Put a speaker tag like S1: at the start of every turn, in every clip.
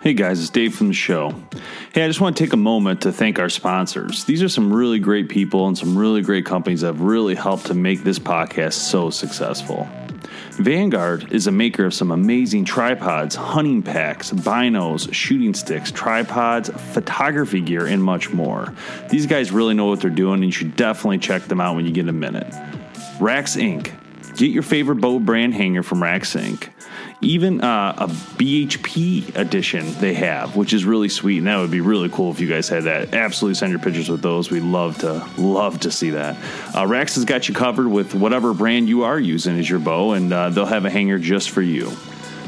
S1: Hey guys, it's Dave from the show. Hey, I just want to take a moment to thank our sponsors. These are some really great people and some really great companies that have really helped to make this podcast so successful. Vanguard is a maker of some amazing tripods, hunting packs, binos, shooting sticks, tripods, photography gear, and much more. These guys really know what they're doing, and you should definitely check them out when you get a minute. Rax Inc. Get your favorite bow brand hanger from Rax Inc. Even uh, a BHP edition they have, which is really sweet, and that would be really cool if you guys had that. Absolutely send your pictures with those. We love to love to see that. Uh, Rax has got you covered with whatever brand you are using as your bow, and uh, they'll have a hanger just for you.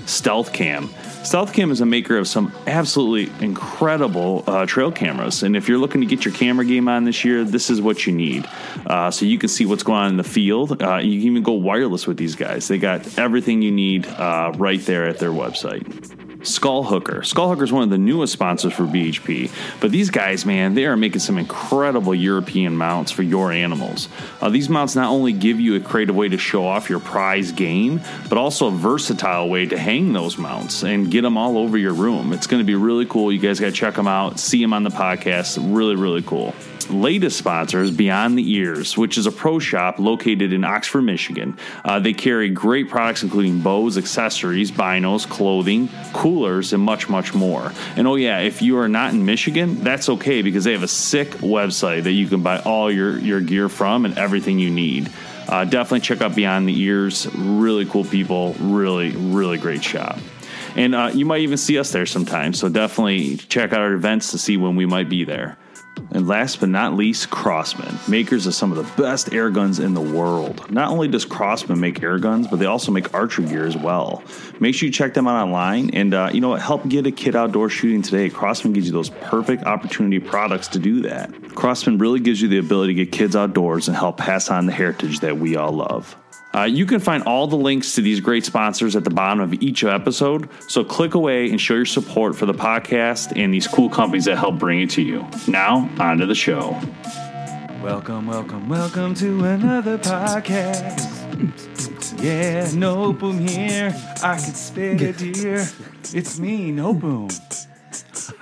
S1: Stealth Cam. Stealth Cam is a maker of some absolutely incredible uh, trail cameras. And if you're looking to get your camera game on this year, this is what you need. Uh, so you can see what's going on in the field. Uh, you can even go wireless with these guys. They got everything you need uh, right there at their website. Skull Hooker. Skull Hooker is one of the newest sponsors for BHP, but these guys, man, they are making some incredible European mounts for your animals. Uh, these mounts not only give you a creative way to show off your prize game, but also a versatile way to hang those mounts and get them all over your room. It's going to be really cool. You guys got to check them out, see them on the podcast. Really, really cool latest sponsor is Beyond the Ears, which is a pro shop located in Oxford, Michigan. Uh, they carry great products including bows, accessories, binos, clothing, coolers, and much, much more. And oh, yeah, if you are not in Michigan, that's okay because they have a sick website that you can buy all your, your gear from and everything you need. Uh, definitely check out Beyond the Ears. Really cool people, really, really great shop. And uh, you might even see us there sometime, so definitely check out our events to see when we might be there. And last but not least, Crossman, makers of some of the best air guns in the world. Not only does Crossman make air guns, but they also make archery gear as well. Make sure you check them out online and, uh, you know, what, help get a kid outdoor shooting today. Crossman gives you those perfect opportunity products to do that. Crossman really gives you the ability to get kids outdoors and help pass on the heritage that we all love. Uh, you can find all the links to these great sponsors at the bottom of each episode. So click away and show your support for the podcast and these cool companies that help bring it to you. Now, on to the show.
S2: Welcome, welcome, welcome to another podcast. Yeah, no boom here. I could spit a deer. It's me, no boom.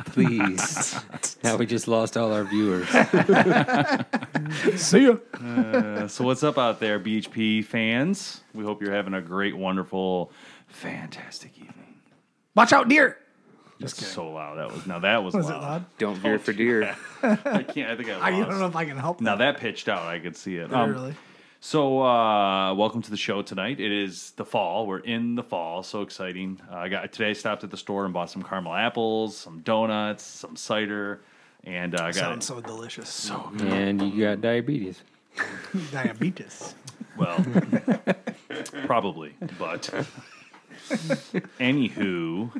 S3: Please. now we just lost all our viewers.
S4: See ya.
S1: So, what's up out there, BHP fans? We hope you're having a great, wonderful, fantastic evening.
S4: Watch out, deer.
S1: Just so loud that was. Now that was,
S4: Was it
S1: loud.
S4: loud?
S3: Don't veer for deer.
S1: I can't. I think I
S4: I
S1: lost.
S4: don't know if I can help.
S1: Now
S4: that.
S1: that pitched out, I could
S5: um,
S1: see it. Um,
S4: Really.
S1: So, uh, welcome to the show tonight. It is the fall. We're in the fall. So exciting. Uh, I got today. I stopped at the store and bought some caramel apples, some donuts, some cider, and uh, I got
S4: Sounds so delicious. So
S3: and you got diabetes.
S4: diabetes.
S1: well, probably, but anywho,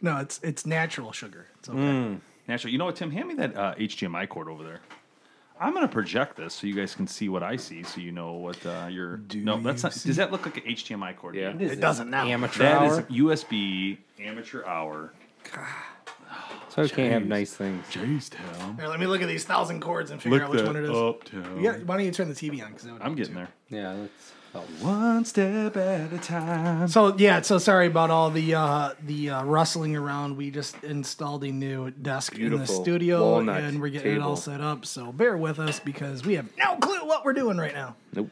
S4: No, it's it's natural sugar. It's okay.
S6: Mm.
S1: naturally, you know what, Tim, hand me that uh, HDMI cord over there.
S5: I'm going to project this so you guys can see what I see, so you know what uh, your.
S4: Do
S5: no, that's
S4: Oh, you
S5: not. Does that look like an HDMI cord?
S6: Yeah.
S4: It doesn't now.
S6: Amateur
S5: That is
S6: hour.
S5: USB amateur hour.
S6: so I can't have nice things.
S5: Jacetown.
S4: Here, let me look at these thousand chords and figure out which one it is.
S5: uptown.
S4: Yeah, why don't you turn the TV on? Cause that would
S5: I'm
S4: help
S5: getting
S4: too.
S5: there.
S6: Yeah, that's oh,
S5: One step at a time.
S4: So yeah, so sorry about all the uh, the uh, rustling around. We just installed a new desk in the
S6: Beautiful
S4: studio,
S6: walnut
S4: and we're getting it
S6: table.
S4: all set up. So bear with us because we have no clue what we're doing right now.
S6: nope.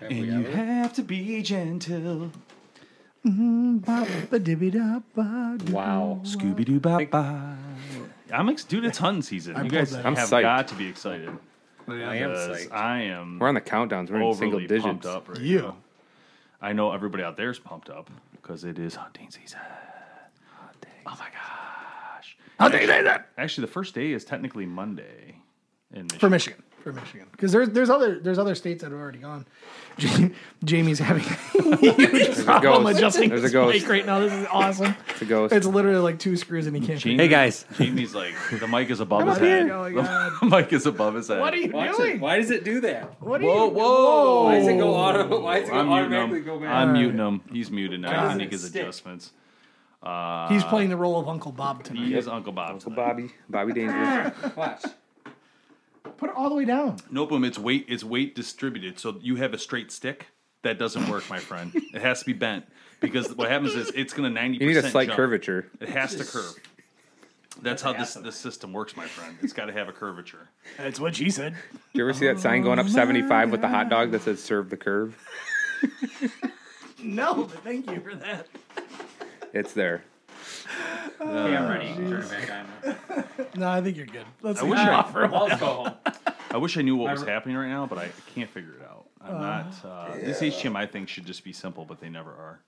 S6: Have
S5: And
S6: we
S5: you
S6: ever?
S5: have to be gentle.
S4: Mm-hmm.
S6: wow.
S5: Scooby Doo bop bop. I'm ex- dude. It's Hun season. you guys
S4: pulled that
S1: up.
S5: have
S1: I'm psyched.
S5: got to be excited.
S6: I am
S5: 'cause
S6: psyched.
S5: I am
S1: We're on the countdowns. We're in single
S5: overly
S1: digits.
S5: pumped up right
S4: You.
S5: now. I know everybody out there is pumped up because it is hunting season. Oh my gosh! Hunting season. Actually, the first day is technically Monday in Michigan.
S4: For Michigan, for Michigan, because there's there's other there's other states that have already gone. Ja- Jamie's having
S1: There's a
S4: problem
S1: ghost.
S4: adjusting
S1: There's a
S4: his
S1: ghost.
S4: mic right now. This is awesome.
S1: It's a ghost.
S4: It's literally like two screws and he can't.
S5: Jamie-
S6: Hey, guys.
S5: Jamie's like the mic is above
S4: Come
S5: his
S4: up here.
S5: head.
S4: Oh my
S5: The mic is above his head.
S4: What are you doing?
S6: Why does it do that?
S4: What are
S6: Whoa,
S4: you?
S1: Oh!
S6: whoa! Why does it go auto? Why does it
S5: I'm
S6: go
S5: muting
S6: automatically
S5: him.
S6: go back?
S5: I'm muting him. He's muted now. I
S6: does
S5: make
S6: it
S5: his
S6: stick?
S5: adjustments.
S4: He's playing the role of Uncle Bob tonight.
S5: He is Uncle Bob. Uncle
S1: Bobby. Bobby Dangerous.
S6: Watch.
S4: Put it all the way down.
S5: Nope, um, it's weight it's weight distributed. So you have a straight stick. That doesn't work, my friend. It has to be bent because what happens is it's going to ninety.
S1: You need a slight curvature.
S5: It has to curve. That's how this this system works, my friend. It's got to have a curvature.
S4: That's what she said.
S1: Do you ever see that sign going up 75 with the hot dog that says serve the curve?
S4: No, but thank you for that.
S1: It's there.
S4: No, I think you're good. Let's
S5: I
S4: leave
S5: wish
S4: it
S5: I-
S4: off for a while.
S5: I wish I knew what was happening right now, but I can't figure it out. I'm not. Uh, This HDMI thing should just be simple, but they never are.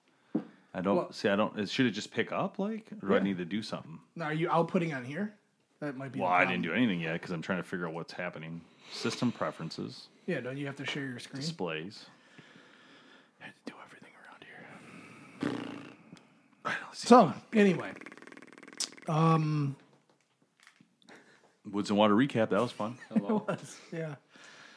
S5: I don't see. I don't. Should it just pick up? Like, or do I need to do something?
S4: Now, are you outputting on here? That might be.
S5: Well, um, I didn't do anything yet because I'm trying to figure out what's happening. System preferences,
S4: Yeah, don't you have to share your screen?
S5: displays.
S4: do everything around here. So anyway,
S5: Woods and Water recap. That was fun.
S4: yeah,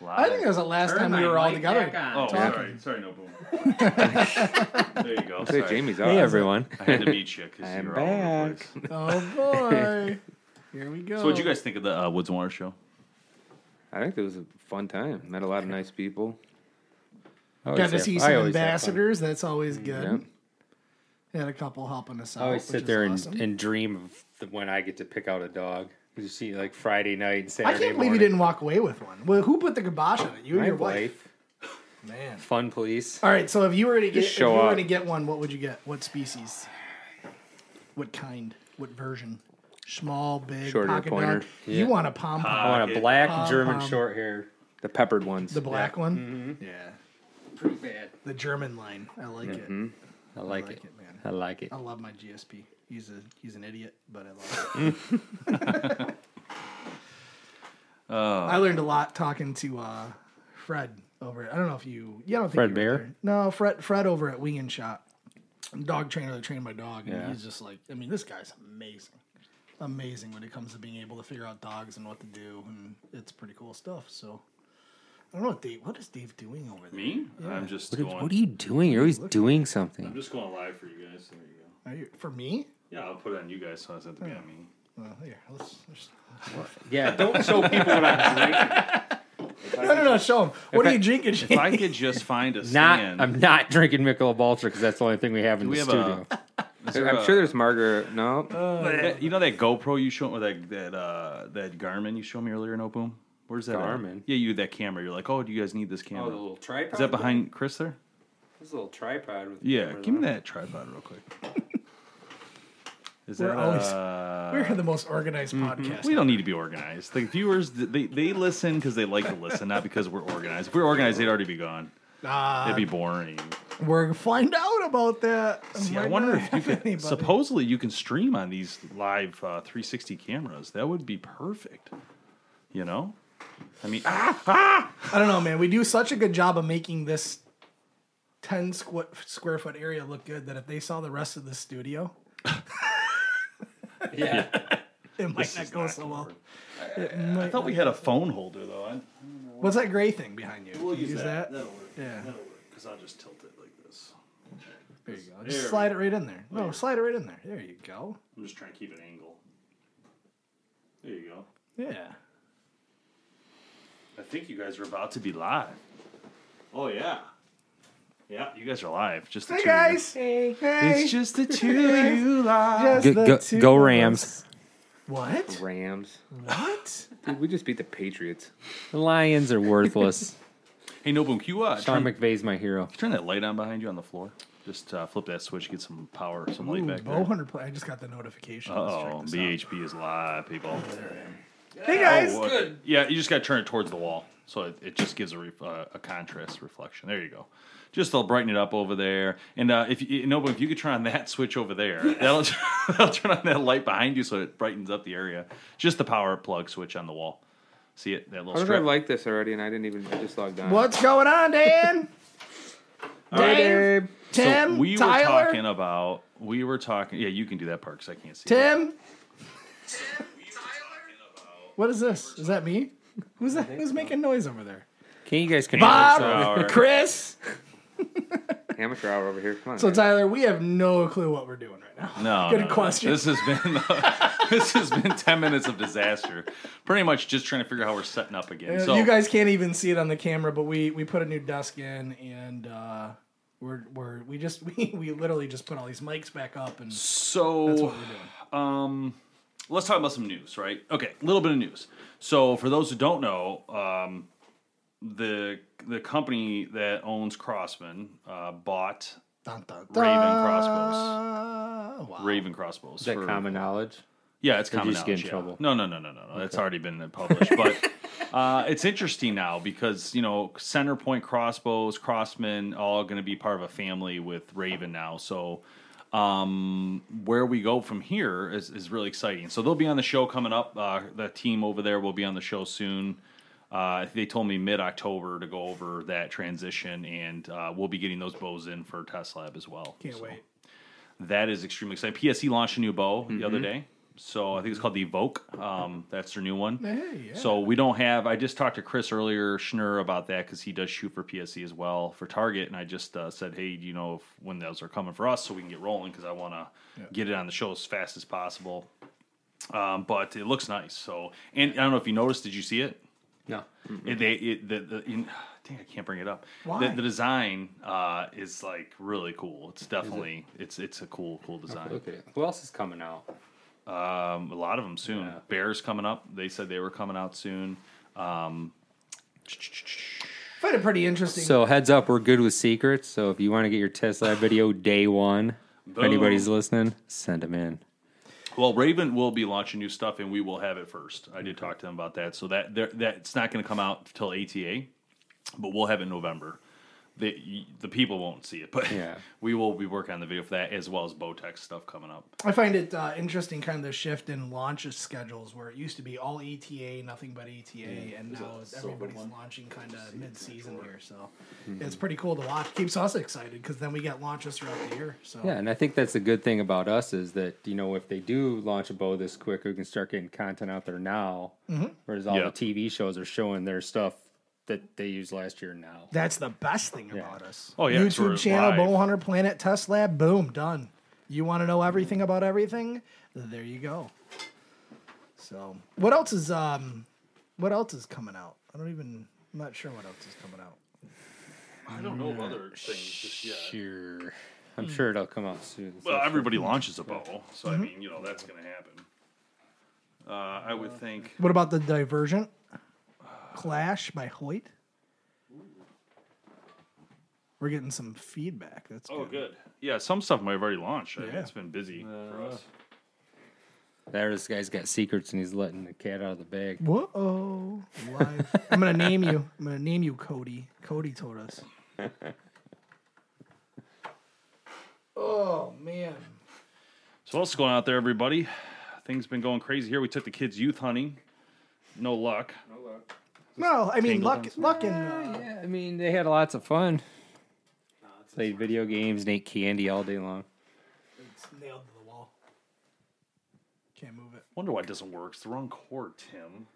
S5: Live.
S4: I think that was the last time we were all together.
S5: oh, sorry, sorry, no boom. there you go.
S1: Say
S5: Sorry.
S1: Jamie's up.
S6: Hey, everyone.
S5: I had to meet you because you were all over the
S1: back.
S5: place.
S4: Oh boy, here we go.
S5: So, what'd you guys think of the uh, Woods and Water show?
S1: I think it was a fun time. Met a lot of nice people.
S6: I always
S4: got to
S6: have-
S4: see
S6: I
S4: some
S6: always have fun.
S4: ambassadors? That's always
S1: Yeah.
S4: good. Had a couple helping us out.
S6: I always
S4: Oh, which
S6: sit
S4: is
S6: there and,
S4: awesome.
S6: and dream of the, when I get to pick out a dog. You see, like Friday night and
S4: I
S6: Saturday.
S4: can't believe
S6: morning.
S4: you didn't walk away with one. Well, who put the kibosh on it? You and
S6: My
S4: your wife.
S6: wife.
S4: Man.
S6: Fun police.
S4: All right, so if you were to get,
S1: Just
S4: if you
S1: show
S4: were
S1: up.
S4: to get one, what would you get? What species? What kind? What version? Small, big,
S1: Shorter
S4: pocket
S1: pointer.
S4: dog. You want a pom
S6: I
S4: pom,
S6: want a black
S4: Pom,
S6: German
S4: pom.
S6: short hair.
S1: The peppered ones.
S4: the black one. Yeah,
S6: Pretty bad.
S4: the German line. I like it.
S6: I like,
S4: I like
S6: it.
S4: it, man.
S6: I like it.
S4: I love my GSP. He's a he's an idiot, but I love it. I learned a lot talking to uh, Fred over. I don't know if you. Yeah, I don't think
S6: Fred
S4: you were
S6: Bear?
S4: there. No, Fred. Fred over at Wing and Shot, dog trainer that trained my dog, and he's just like. I mean, this guy's amazing, amazing when it comes to being able to figure out dogs and what to do, and it's pretty cool stuff. So. I don't know what Dave. What is Dave doing over there?
S5: Me? I'm just going.
S6: What are you doing? You're always doing
S5: I'm
S6: something.
S5: just going live for you guys. There you go.
S4: Are you, for me?
S5: Yeah, I'll put it on you guys, so it doesn't have to be on me.
S4: Well, here, let's, let's-
S6: Yeah, don't show people what I'm drinking.
S4: no, no, no. Show him. What are you drinking?
S5: If I could just find a
S6: Not,
S5: stand.
S6: I'm not drinking Michelob Ultra because that's the only thing we have in
S5: we
S6: the
S5: have
S6: studio.
S5: is there
S1: I'm
S5: a-
S1: sure there's Margaret. No.
S5: That- you know that GoPro you showed, or that that uh, that Garmin you showed me earlier in Opum. Where's that? at?
S6: Garmin?
S5: Yeah, you that camera. You're like, oh, do you guys need this camera?
S6: tripod.
S5: Is that behind Chris there?
S6: This little tripod. With
S5: Yeah, give me that tripod real quick. Is
S4: We're
S5: that
S4: always-
S5: uh, Mm-hmm.
S4: We're the most organized podcast.
S5: we don't need to be organized. The viewers they they listen because they like to listen, not because we're organized. If we we're organized, they'd already be gone.
S4: Ah,
S5: It'd be boring.
S4: we're gonna find out about that.
S5: See, I
S4: Might
S5: wonder
S4: not
S5: if you
S4: have anybody.
S5: could. Supposedly, you can stream on these live uh, 360 cameras. That would be perfect. You know, I mean, ah,
S4: I don't know, man. We do such a good job of making this ten squ- square foot area look good that if they saw the rest of the studio,
S6: Yeah.
S4: it might not go so well. It might-
S5: I thought we had a phone holder though. I,
S4: What's that gray thing behind you? Can you
S5: That'll work.
S4: Yeah.
S5: That'll work. Because I'll just tilt it like this.
S4: There you go. Just slide it right in there. No, slide it right in there. There you go.
S5: I'm just trying to keep an angle. There you go.
S4: Yeah.
S5: I think you guys are about to be live. Oh yeah. Yeah, you guys are live. Just the
S4: Hey
S5: two of you.
S4: guys. Hey. Hey.
S5: It's just the two of you live.
S4: Just
S6: Go,
S4: the
S6: go,
S4: two
S6: go
S4: of us.
S6: Rams.
S4: What?
S7: Rams.
S4: What?
S7: Dude, we just beat the Patriots.
S6: The Lions are worthless.
S5: Hey Nobum, can you uh,
S7: Sean
S5: turn,
S7: McVay's my hero.
S5: turn that light on behind you on the floor? Just uh, flip that switch, get some power, some light
S4: Ooh,
S5: back
S4: Bow
S5: there.
S4: Hunter play. I just got the notification. Let's check
S5: Oh,
S4: this out.
S5: BHP is live, people.
S7: Oh,
S4: Hey guys.
S5: Oh, okay. Yeah, you just got to turn it towards the wall, so it, it just gives a re, uh, a contrast reflection. There you go. Just they'll brighten it up over there, and uh, if you, you know, but if you could turn on that switch over there, that'll that'll turn on that light behind you, so it brightens up the area. Just the power plug switch on the wall. See it? That little
S7: How did I
S5: strip.
S7: like this already? And I didn't even. I just logged on.
S4: What's going on, Dan? Dave, Tim,
S5: so we
S4: Tyler,
S5: were talking about. We were talking. Yeah, you can do that part because I can't see. it.
S4: Tim. What is this? Is that me? Who's that? Who's making noise over there?
S6: Can you guys control yourself?
S4: Bob, Chris.
S7: Amateur hour over here. Come on.
S4: So
S7: guys.
S4: Tyler, we have no clue what we're doing right
S5: No,
S4: now. Good
S5: no, no.
S4: question.
S5: This has been this has been ten minutes of disaster. Pretty much just trying to figure out how we're setting up again.
S4: Uh,
S5: so
S4: you guys can't even see it on the camera, but we we put a new desk in and uh, we're we're we just we, we literally just put all these mics back up and
S5: So, um, let's talk about some news, right? Okay, a little bit of news. So, for those who don't know, um, the the company that owns Crossman uh, bought
S4: dun, dun, dun.
S5: Raven Crossbows.
S4: Uh, wow.
S5: Raven Crossbows.
S3: Is that
S5: for-
S3: common knowledge?
S5: yeah, it's common
S3: you just get
S5: knowledge.
S3: in
S5: yeah.
S3: trouble?
S5: No, no, no, no, no, no. It's already been published, but. Uh, it's interesting now because you know center point crossbows crossmen all going to be part of a family with raven now so um, where we go from here is, is really exciting so they'll be on the show coming up uh, the team over there will be on the show soon uh, they told me mid-october to go over that transition and uh, we'll be getting those bows in for test lab as well
S4: Can't
S5: So
S4: wait.
S5: that is extremely exciting psc launched a new bow the other day so i think it's called the evoke um, that's their new one
S4: Hey, yeah.
S5: so we don't have. I just talked to Chris earlier Schnurr about that because he does shoot for PSC as well for Target, and I just uh, said, hey, do you know if, when those are coming for us so we can get rolling because I want to get it on the show as fast as possible. Um, but it looks nice. So, and I don't know if you noticed. Did you see it?
S3: No.
S7: Mm.
S5: It, they, it, the, the, in, dang, I can't bring it up.
S4: Why?
S5: The, the design uh, is like really cool. It's definitely it's it's a cool cool design.
S3: Look at it. Who else is coming out?
S5: Um, a lot of them soon. Bears coming up. They said they were coming out soon. Um,
S4: I find it pretty interesting.
S6: So heads up, we're good with secrets. So if you want to get your test lab video day one, if anybody's listening, send them in.
S5: Well, Raven will be launching new stuff, and we will have it first. I did talk to them about that, so that they're- that it's not going to come out till ATA, but we'll have it in November. The y- the people won't see it, but
S6: Yeah.
S5: we will be working on the video for that as well as Botex stuff coming up.
S4: I find it uh, interesting, kind of the shift in launch schedules, where it used to be all ETA, nothing but ETA, and now everybody's launching kind of mid-season here. So
S5: Mm-hmm.
S4: it's pretty cool to watch. Keeps us excited because then we get launches throughout the year. So
S6: Yeah, and I think that's the good thing about us is that you know if they do launch a bow this quick, we can start getting content out there now.
S4: Mm-hmm.
S6: Whereas all
S5: Yeah.
S6: the TV shows are showing their stuff that they used last year now.
S4: that's the best thing about us.
S5: Oh, yeah, 'cause we're
S4: YouTube channel,
S5: live.
S4: Bow Hunter Planet Test Lab. Boom, done. You want to know everything about everything? There you go. So what else is um, what else is coming out? I don't even. I'm not sure what else is coming out.
S5: I don't know other things just yet.
S6: Sure, I'm sure it'll come out soon. So
S5: Well, everybody
S4: Mm-hmm.
S5: launches a bow, so I mean, you know, that's going to happen. Uh, I would think.
S4: What about the Divergent Clash by Hoyt? We're getting some feedback. That's
S5: Oh,
S4: good.
S5: good. Yeah, some stuff might have already launched. I mean,
S4: Yeah.
S5: it's been busy for us.
S6: there, this guy's got secrets and he's letting the cat out of the bag.
S4: Whoa! Live. I'm gonna name you. I'm gonna name you Cody. Cody told us. oh man!
S5: So what's going on out there, everybody? Things been going crazy here. We took the kids youth hunting. No luck.
S4: No, I mean luck. Luck and uh,
S6: Yeah, I mean they had lots of fun. Played video games, and ate candy all day long.
S4: it's nailed to the wall. Can't move it.
S5: Wonder why it doesn't work. It's the wrong cord, Tim.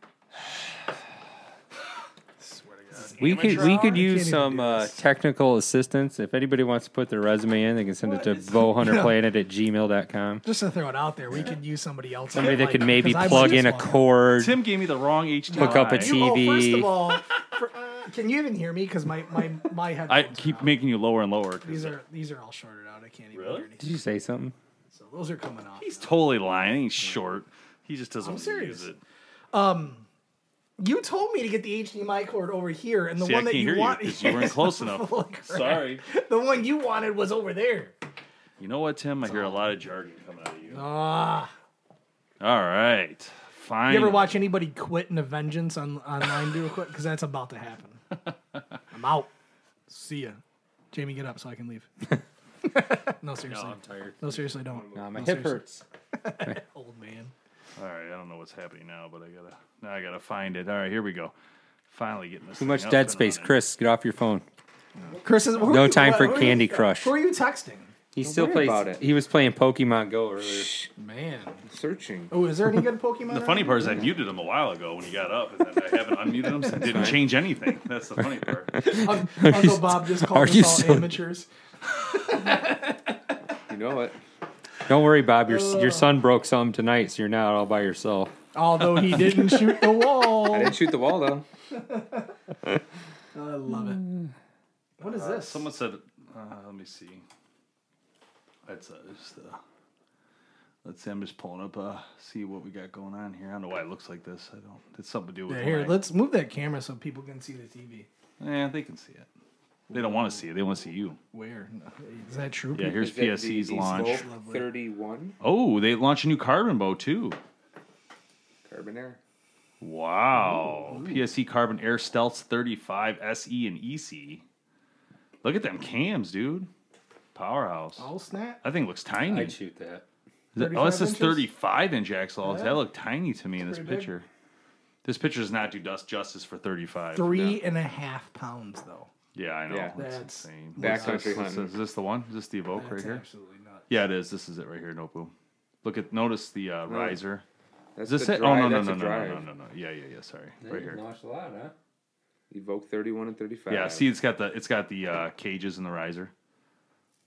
S6: We could we could
S4: can't
S6: use
S4: even
S6: some
S4: do
S6: uh,
S4: this.
S6: technical assistance. If anybody wants to put their resume in, they can send it to bowhunterplanet at gmail.com.
S4: Just to throw it out there, we could use somebody else.
S6: Somebody that could
S4: like-
S6: maybe
S4: 'cause I
S6: plug
S4: bought
S6: in a
S4: this one.
S6: cord.
S5: Tim gave me the wrong HDMI.
S6: Hook up a
S4: You- oh, first
S6: TV.
S4: of all, for- uh, can you even hear me? Because my my my headphones.
S5: I
S4: are
S5: keep
S4: out.
S5: making you lower and lower. 'cause
S4: These are these are all shorted out. I can't even
S5: Really?
S4: hear
S6: Did
S4: anything.
S6: you say something?
S4: So those are coming off.
S5: He's totally lying. He's short. He just doesn't want to
S4: serious.
S5: use it.
S4: You told me to get the HDMI cord over here, and the
S5: See, I
S4: one
S5: can't
S4: that you
S5: hear
S4: want
S5: you because you weren't close enough.
S4: Holy crap.
S5: Sorry.
S4: The one you wanted was over there.
S5: You know what, Tim? I hear a lot of jargon coming out of you.
S4: Ah.
S5: All right. Fine.
S4: You ever watch anybody quit in a vengeance on online do a quick? Because that's about to happen. I'm out. See ya. Jamie, get up so I can leave. no, seriously. No,
S3: tired.
S4: seriously, don't.
S7: Oh,
S6: Nah, my hip hurts.
S4: Old man.
S5: All right. I don't know what's happening now, but I gotta now I gotta find it. All right. Here we go. Finally getting this.
S6: Too much dead space. Chris, get off your phone.
S4: Chris is. who are
S6: No
S4: you-
S6: time
S4: what-
S6: for
S4: who are
S6: Candy
S4: you-
S6: Crush.
S4: Who are you texting?
S6: He still plays.
S7: about it.
S6: He was playing Pokemon Go earlier.
S4: Man.
S7: Searching.
S4: Oh, is there any good Pokemon?
S5: The funny part is I muted him a while ago when he got up, and then I haven't unmuted him, so it didn't change anything. That's the funny part.
S4: Un- Uncle Bob just
S6: are
S4: called
S6: you
S4: us all
S6: so-
S4: amateurs.
S7: You know it.
S6: Don't worry, Bob. Your your son broke some tonight, so you're not all by yourself.
S4: Although he didn't shoot the wall.
S7: I didn't shoot the wall though.
S4: I love it. What is this?
S5: Someone said, uh, let me see. That's uh, just, uh, let's see. I'm just pulling up, uh, see what we got going on here. I don't know why it looks like this. I don't. It's something to do with.
S4: Yeah, here,
S5: my-
S4: let's move that camera so people can see the TV.
S5: Yeah, they can see it. They don't want to see it. They want to see you.
S4: Where? No, Is that true?
S5: Yeah, here's PSC's launch.
S7: Thirty-one
S5: Oh, they launched a new carbon bow too.
S7: carbon air.
S5: Wow. PSC Carbon Air Stealths 35 SE E and EC. Look at them cams, dude. Powerhouse.
S4: All snap.
S5: That thing looks
S6: Hmm.
S5: tiny.
S3: I'd shoot that.
S5: Th- Oh,
S4: 35
S5: this is
S4: inches?
S5: 35 inch axles. That looked tiny to me in this
S4: pretty big.
S5: picture. This picture does not do dust justice for 35.
S4: Three and a half pounds, though.
S5: Yeah, I know.
S7: Yeah.
S5: That's,
S4: That's-
S5: insane.
S7: Backcountry
S5: What's this? What's
S7: hunting.
S5: this? Is this the one? Is this the Evoke right
S4: That's
S5: here?
S4: absolutely nuts.
S5: Yeah, it is. This is it right here, Nopu. Look at, notice the uh, riser.
S7: That's
S5: Is this
S7: the
S5: it?
S7: drive-
S5: oh, no, no,
S7: that's
S5: no,
S7: a
S5: no, no,
S7: drive.
S5: no, no, no. Yeah, yeah, yeah. Sorry. Right here.
S3: Launched a lot, huh?
S7: Evoke thirty-one and thirty-five.
S5: Yeah, see, it's got the it's got the uh, cages and the riser.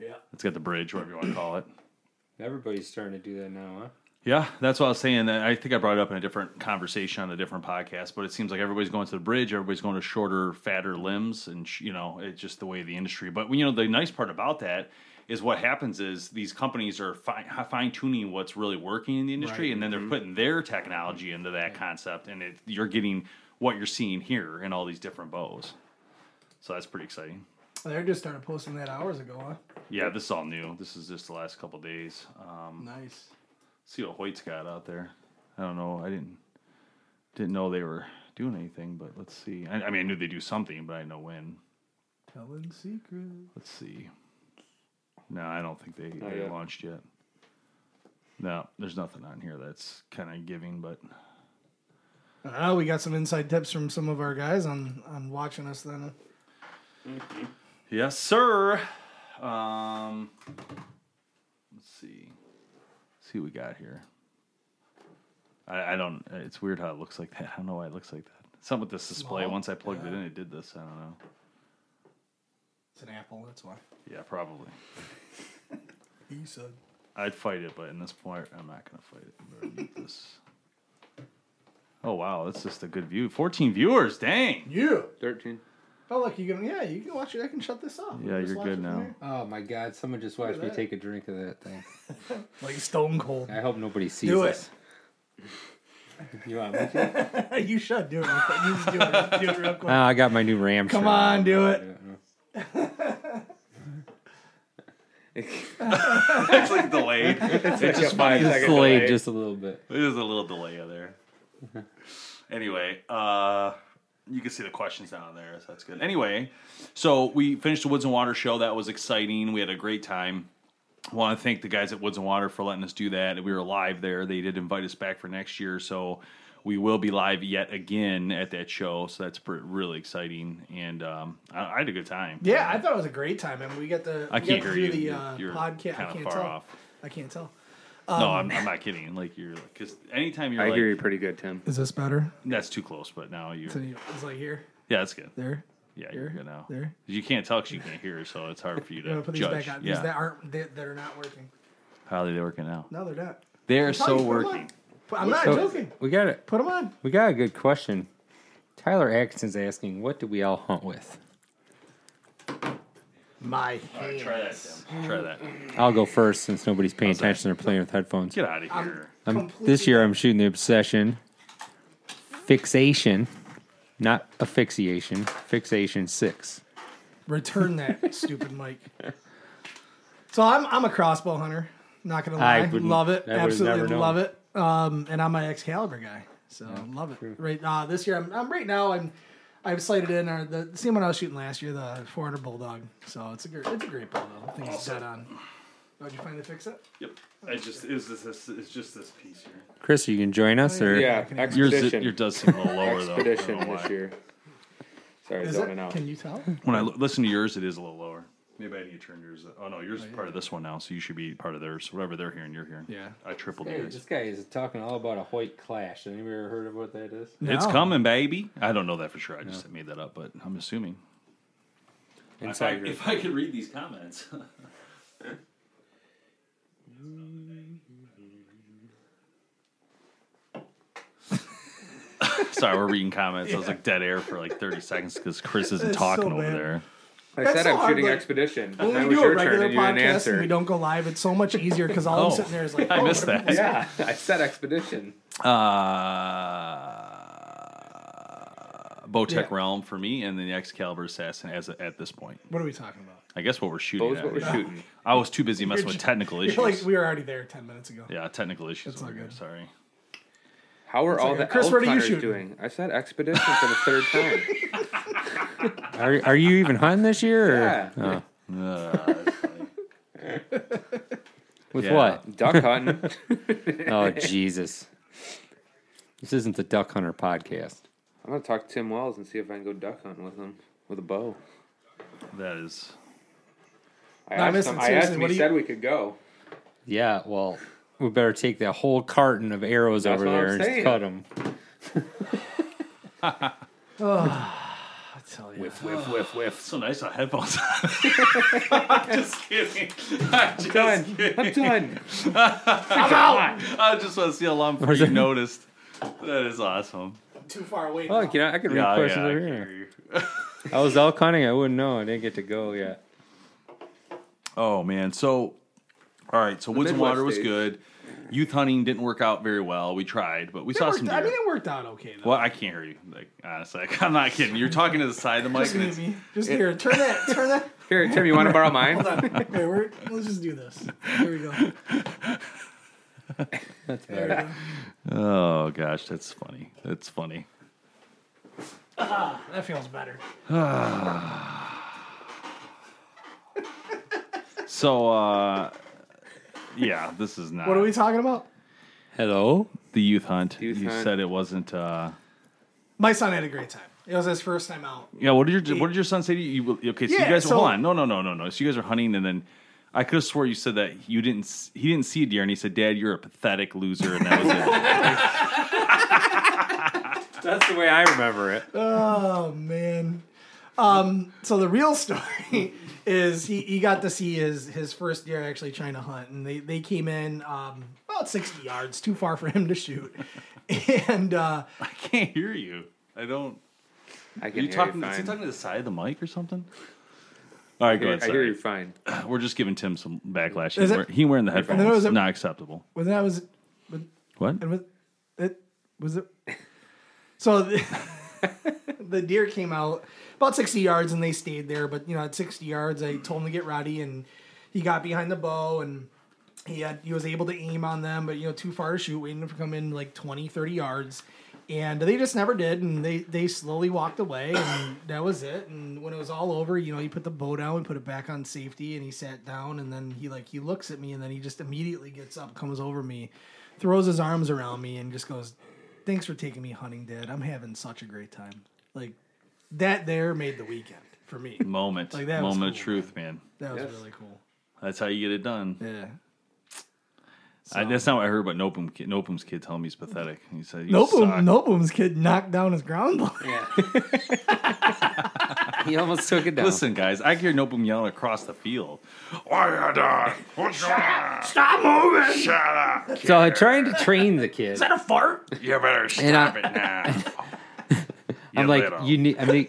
S4: Yeah.
S5: It's got the bridge, whatever you want to call it.
S3: Everybody's starting to do that now, huh?
S5: Yeah, that's what I was saying. that I think I brought it up in a different conversation on a different podcast, but it seems like everybody's going to the bridge. Everybody's going to shorter, fatter limbs, and sh- you know, it's just the way of the industry. But you know, the nice part about that is what happens is these companies are fi- fine tuning what's really working in the industry, and then they're putting their technology into that concept, and it, you're getting what you're seeing here in all these different bows. So that's pretty exciting.
S4: They just started posting that hours ago, huh?
S5: Yeah, this is all new. This is just the last couple of days. Um,
S4: Nice.
S5: see what Hoyt's got out there. I don't know. I didn't didn't know they were doing anything, but let's see. I, I mean, I knew they do something, but I didn't know when.
S4: Telling secrets.
S5: Let's see. No, I don't think they, they
S7: yet.
S5: launched yet. No, there's nothing on here that's kind of giving, but
S4: Oh, we got some inside tips from some of our guys on on watching us then.
S5: yes, sir. Um, let's see. see what we got here. I, I don't. It's weird how it looks like that. I don't know why it looks like that. Something with this display. Once I plugged it in, it did this. I don't know.
S4: It's an apple, that's why.
S5: Yeah, probably.
S4: He said.
S5: I'd fight it, but in this part, I'm not gonna fight it. I'm gonna mute this. Oh wow, that's just a good view. 14 viewers, dang.
S4: You.
S7: thirteen.
S4: Oh, look, you can. Yeah, you can watch it. I can shut this off.
S5: Yeah,
S4: Just
S5: you're
S4: watch it
S5: good
S4: from
S5: now.
S4: there.
S3: Oh my God! Someone just watched me take a drink of that thing.
S4: Like Stone Cold.
S3: I hope nobody sees
S4: Do
S3: this. You want me to?
S4: you should do it. real quick. You just do it, do it real quick.
S6: Oh, I got my new Ram.
S4: Come
S6: shirt.
S4: on, do it.
S5: It's like delayed.
S7: It's just five
S6: It's delayed just a little bit.
S5: There's a little delay there. Anyway, uh, you can see the questions down there, so that's good. Anyway, so we finished the Woods and Water show. That was exciting. We had a great time. want to thank the guys at Woods and Water for letting us do that. We were live there. They did invite us back for next year, so we will be live yet again at that show. So that's pre- really exciting, and um, I, I had a good time.
S4: Yeah, I thought it was a great time, and we got the.
S5: I
S4: we
S5: can't hear
S4: got to do
S5: you.
S4: The
S5: You're-
S4: uh,
S5: you're
S4: podcast. I
S5: kinda
S4: can't
S5: far
S4: tell.
S5: off.
S4: I can't tell.
S5: no, I'm, I'm not kidding. Like you're like because anytime you're
S7: I
S5: like
S7: hear you pretty good, Tim.
S4: Is this better?
S5: that's too close, but now you're
S4: So you- It's like here,
S5: yeah, that's good.
S4: there.
S5: Yeah, you're good now.
S4: there.
S5: You can't tell because you can't hear, so it's hard for you
S4: I'm
S5: to
S4: gonna put these
S5: judge.
S4: back on.
S5: yeah,
S4: These that aren't that, that are not working.
S5: how are they working now?
S4: No, they're not.
S7: They are
S4: Tell
S7: so
S4: you, put 'em on.
S7: working.
S4: Put- I'm not
S6: So,
S4: joking.
S6: We got it.
S4: Put them on.
S6: We got a good question. Tyler Atkinson's asking, "What do we all hunt with?"
S4: My
S5: Try that. Tim. Try that.
S6: I'll go first since nobody's paying attention. They're playing with headphones.
S5: Get out of
S4: Um,
S5: here.
S6: I'm, this year, I'm shooting the obsession, fixation, not asphyxiation, fixation six.
S4: Return that stupid mic. So I'm I'm a crossbow hunter. Not gonna
S6: I
S4: lie,
S6: wouldn't-
S4: love it.
S6: I would've never
S4: Absolutely
S6: known.
S4: love it. Um, and I'm an Excalibur guy, so love it. Right uh, this year, I'm, I'm right now. I'm I've sighted in our the same one I was shooting last year, the 400 bulldog. So it's a great it's a great bulldog. I think it's dead on. Oh, did you finally fix it?
S5: Yep. It's just is this, this it's just this piece here.
S6: Chris, are you gonna join us or?
S7: Yeah,
S5: Yours,
S7: expedition.
S5: yours does seem a little lower though. I don't know
S7: expedition
S5: why.
S7: this year. Sorry,
S4: Is
S7: zoning
S4: it?
S7: out.
S4: Can you tell?
S5: When I l- listen to yours, it is a little lower. Maybe I need to turn yours. Oh no, yours is part of this one now, so you should be part of theirs. Whatever they're hearing, you're hearing.
S4: Yeah.
S5: I tripled
S6: Hey,
S5: yours.
S6: this guy is talking all about a Hoyt clash. Anybody ever heard of what that is?
S5: It's
S4: No.
S5: coming, baby. I don't know that for sure. I just made that up, but I'm assuming.
S6: Insider.
S5: I could read these comments. Sorry, we're reading comments. I was like dead air for like 30 seconds because Chris isn't
S4: It's
S5: talking
S4: so
S5: over
S4: bad.
S5: there.
S7: I
S4: That's
S7: said
S4: so
S7: I'm
S4: hard,
S7: shooting
S4: like,
S7: expedition.
S4: When
S7: that
S4: we
S7: was
S4: do a
S7: your turn and
S4: regular
S7: you didn't
S4: podcast and we
S7: answer.
S4: don't go live, it's so much easier because all I'm
S5: Oh,
S4: sitting there is like,
S5: I
S4: oh,
S5: missed
S4: what are
S5: that.
S4: people
S7: Yeah, I said expedition.
S5: Uh, Bowtech
S4: Yeah.
S5: Realm for me, and then the Excalibur Assassin as at this point.
S4: What are we talking about?
S5: I guess what we're shooting.
S7: Bo's
S5: at.
S7: what we're shooting.
S5: I was too busy messing with technical
S4: You're
S5: issues.
S4: like we were already there ten minutes ago.
S5: yeah, technical issues.
S4: all
S5: over here,
S4: good.
S5: Sorry.
S7: How are all
S4: okay.
S7: the
S4: Chris,
S7: elk
S4: what are you
S7: hunters
S4: shooting?
S7: doing? I said expedition for the third time.
S6: Are, are you even hunting this year? Or?
S7: Yeah.
S6: Oh.
S5: Uh,
S6: With
S5: Yeah.
S6: what?
S7: Duck hunting.
S6: Oh Jesus! This isn't the Duck Hunter podcast.
S7: I'm gonna talk to Tim Wells and see if I can go duck hunting with him with a bow.
S5: That is.
S7: I
S4: No, I
S7: asked
S4: missed
S7: him.
S4: it.
S7: I asked
S4: Seriously,
S7: him.
S4: what
S7: He
S4: do you-
S7: said we could go.
S6: Yeah, well, we better take that whole carton of arrows
S7: That's
S6: over
S7: what
S6: there
S7: I'm
S6: and
S7: saying.
S6: cut them.
S4: I tell you.
S5: Whiff, whiff, whiff. So nice on headphones. I'm just kidding. I'm just
S7: Done.
S5: kidding.
S7: I'm done.
S4: I'm out.
S5: I just want to see how long before you noticed. That is awesome.
S4: Too far away. now.
S6: Look, you know, I could read
S5: Yeah,
S6: questions
S5: yeah,
S6: over
S5: I
S6: here.
S5: hear you.
S6: I was elk hunting. I wouldn't know. I didn't get to go yet.
S5: Oh man, so all right, so Woods and
S7: Midwest
S5: Water was
S7: days.
S5: good. Youth hunting didn't work out very well. We tried, but we
S4: It
S5: saw
S4: worked-
S5: some deer.
S4: I mean, it worked out okay though.
S5: well, I can't hear you. Like honestly, like, I'm not kidding. You're talking to the side of the mic,
S4: Just
S5: and it's,
S4: easy. Just here. Turn that. Turn that.
S7: Here, Tim. You want to borrow mine?
S4: Okay, we're, let's just do this. Here we go. That's better.
S5: oh gosh, that's funny. That's funny.
S4: That feels better.
S5: So, uh yeah, this is not
S4: What are we talking about?
S6: Hello.
S5: the youth hunt.
S7: Youth
S5: you
S7: hunt.
S5: said it wasn't. uh
S4: My son had a great time. It was his first time out.
S5: Yeah, what did your what did your son say to you? you okay, so you
S4: Yeah,
S5: guys
S4: so-
S5: hold on. No, no, no, no, no. So you guys are hunting, and then I could have swore you said that you didn't. s- He didn't see a deer, and he said, "Dad, you're a pathetic loser," and that was it.
S6: That's the way I remember it.
S4: Oh man. Um, so the real story is he, he got to see his his first deer actually trying to hunt, and they they came in um, about sixty yards, too far for him to shoot, and uh,
S5: I can't hear you. I don't.
S7: I
S5: Are
S7: can
S5: you
S7: hear
S5: talking?
S7: you
S5: Is he
S7: fine.
S5: talking to the side of the mic or something? All right, go ahead.
S7: I hear you
S5: Sorry.
S7: fine.
S5: We're just giving Tim some backlash. He,
S4: Is it-
S5: wear, he wearing the
S4: And there
S5: headphones.
S4: was a-
S5: Not acceptable.
S4: when that was
S5: What?
S4: And with it was it. So the, the deer came out about sixty yards, and they stayed there. But you know, at sixty yards, I told him to get ready, and he got behind the bow, and he had he was able to aim on them, but you know, too far to shoot, waiting to come in like 20, 30 yards. And they just never did, and they they slowly walked away, and that was it. And when it was all over, you know, he put the bow down and put it back on safety, and he sat down, and then he like he looks at me, and then he just immediately gets up, comes over me, throws his arms around me, and just goes, "Thanks for taking me hunting, Dad. I'm having such a great time." Like that there made the weekend for me.
S5: Moment.
S4: Like, that was
S5: Moment of
S4: cool,
S5: truth, man.
S4: That was really cool.
S5: That's how you get it done.
S4: Yeah.
S5: I, that's not what I heard about Nopum. Kid, Nopum's kid telling me he's pathetic. He said, you
S4: Nopum,
S5: suck."
S4: Nopum's kid knocked down his ground ball.
S6: He almost took it down.
S5: Listen, guys, I hear Nopum yelling across the field. Why are you doing? What's your
S4: Stop moving! Is
S5: Shut up!
S6: so I'm trying to train the kid.
S4: that a fart?
S5: You better
S6: And I-
S5: stop it now.
S6: I'm like,
S5: little.
S6: you need. I mean,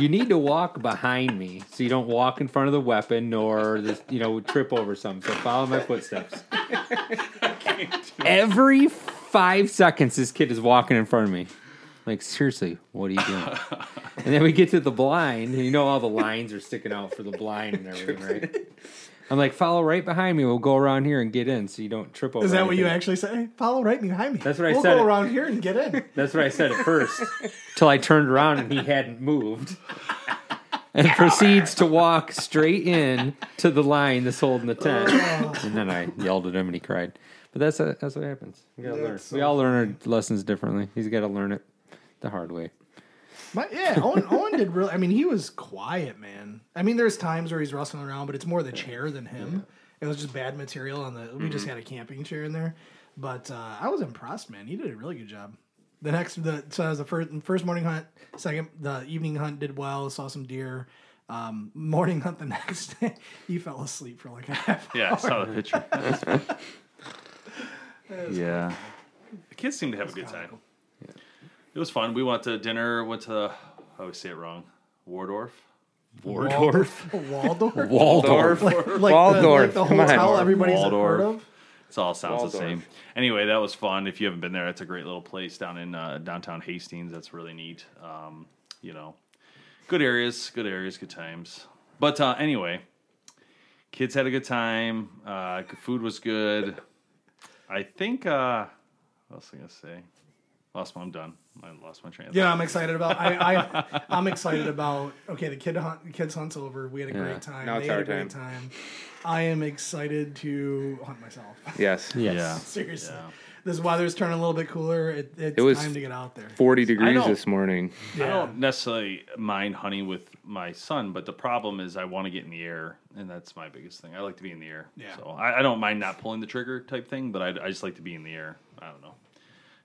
S6: you need to walk behind me so you don't walk in front of the weapon or this, you know trip over something. So follow my footsteps. Every five seconds, this kid is walking in front of me. I'm like seriously, what are you doing? and then we get to the blind, and you know all the lines are sticking out for the blind and everything, right? I'm like, follow right behind me. We'll go around here and get in, so you don't trip over.
S4: Is that what you
S6: anything."
S4: actually say? Follow right behind me.
S6: That's what I
S4: we'll
S6: said.
S4: go around here and get in.
S6: That's what I said at first. Till I turned around and he hadn't moved. And proceeds to walk straight in to the line that's holding the tent. and then I yelled at him and he cried. But that's uh, that's what happens. We, gotta learn. we all learn our lessons differently. He's got to learn it the hard way.
S4: My, yeah, Owen, Owen did really. I mean, he was quiet, man. I mean, there's times where he's rustling around, but it's more the chair than him. It was just bad material on the. We just
S6: Mm-hmm.
S4: had a camping chair in there, but uh, I was impressed, man. He did a really good job. The next, the so that was the first first morning hunt. Second, the evening hunt did well. Saw some deer. Um, morning hunt the next day, he fell asleep for like a half.
S5: Yeah, I saw the picture. yeah. The kids seem to have a good time. It was fun. We went to dinner, went to, I always say it wrong, Wardorf.
S4: Waldorf, Waldorf,
S6: Waldorf.
S4: like, like
S6: Waldorf,
S4: the, like the
S6: come on.
S4: hotel everybody's
S5: Waldorf.
S4: heard of.
S5: It all sounds the
S7: Waldorf.
S5: same. Anyway, that was fun. If you haven't been there, it's a great little place down in uh, downtown Hastings. That's really neat. Um, you know, good areas, good areas, good times. But uh, anyway, kids had a good time. Uh, g- food was good. I think. Uh, what else was I gonna say? Lost my. I'm done. I lost my train. of
S4: Yeah, I'm excited about. I, I I'm excited about. Okay, the kid hunt, the kids hunt's over. We had a great time.
S7: now it's
S4: they had
S7: our
S4: a great time. I am excited to hunt myself.
S7: Yes.
S5: thought. Yeah.
S4: Seriously, this weather's turning a little bit cooler. It, it's
S7: It was-
S4: time to get out there.
S7: 40
S5: I
S7: degrees
S5: know.
S7: this morning.
S5: I don't necessarily mind hunting with my son, but the problem is I want to get in the air, and that's my biggest thing. I like to be in the air.
S4: Yeah.
S5: So I, I don't mind not pulling the trigger type thing, but I, I just like to be in the air. I don't know.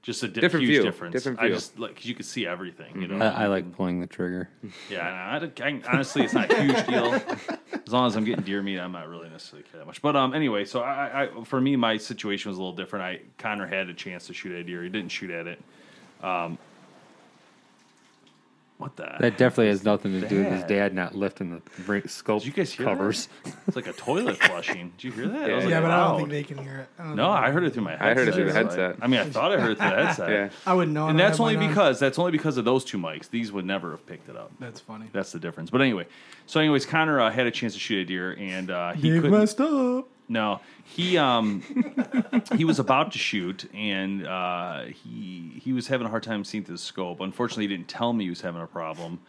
S5: Just a di-
S7: Different
S5: huge
S7: view,
S5: difference.
S7: different
S5: I
S7: view. Mm-hmm.
S5: just like 'cause you could see everything. You know.
S6: I, I like pulling the trigger.
S5: Yeah. and I, don't- I, honestly, it's not a huge deal. As long as I'm getting deer meat, I'm not really necessarily care that much. But um, anyway, so I, I for me, my situation was a little different. I Connor had a chance to shoot at a deer. He didn't shoot at it. Um. What the?
S6: That definitely has nothing to do with his
S5: Dad.
S6: dad not lifting the br- scope
S5: Did you guys hear
S6: covers.
S5: That? It's like a toilet flushing. Did you hear that? That was, like,
S4: yeah, but I
S5: loud.
S4: don't think they can hear it. I don't
S5: No,
S4: know.
S5: I heard it through my headset.
S7: I heard it through the
S5: It's
S7: headset.
S5: Like, I mean, I thought I heard it through the headset.
S7: Yeah.
S4: I wouldn't know. I
S5: And
S4: don't
S5: that's
S4: have
S5: only
S4: mine on.
S5: because that's only because of those two mics. These would never have picked it up.
S4: that's funny.
S5: That's the difference. But anyway, so anyways, Connor uh, had a chance to shoot a deer, and uh, he
S4: Big
S5: couldn't.
S4: messed up.
S5: No, he um he was about to shoot, and uh, he he was having a hard time seeing through the scope. Unfortunately, he didn't tell me he was having a problem,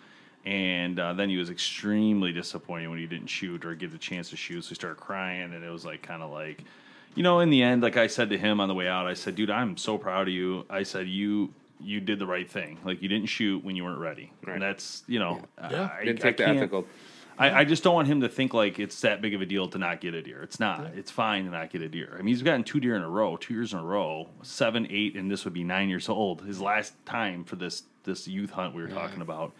S5: and uh, then he was extremely disappointed when he didn't shoot or get the chance to shoot. So he started crying, and it was like kind of like. You know, in the end, like I said to him on the way out, I said, "Dude, I'm so proud of you." I said, "You, you did the right thing. Like you didn't shoot when you weren't ready, and that's you know,
S4: Yeah.
S5: I,
S7: Didn't
S5: I
S7: take the
S5: can't-
S7: ethical.
S5: I, I just don't want him to think like it's that big of a deal to not get a deer. It's not. It's fine to not get a deer. I mean, he's gotten two deer in a row, two years in a row, seven, eight, and this would be nine years old. His last time for this this youth hunt we were talking about,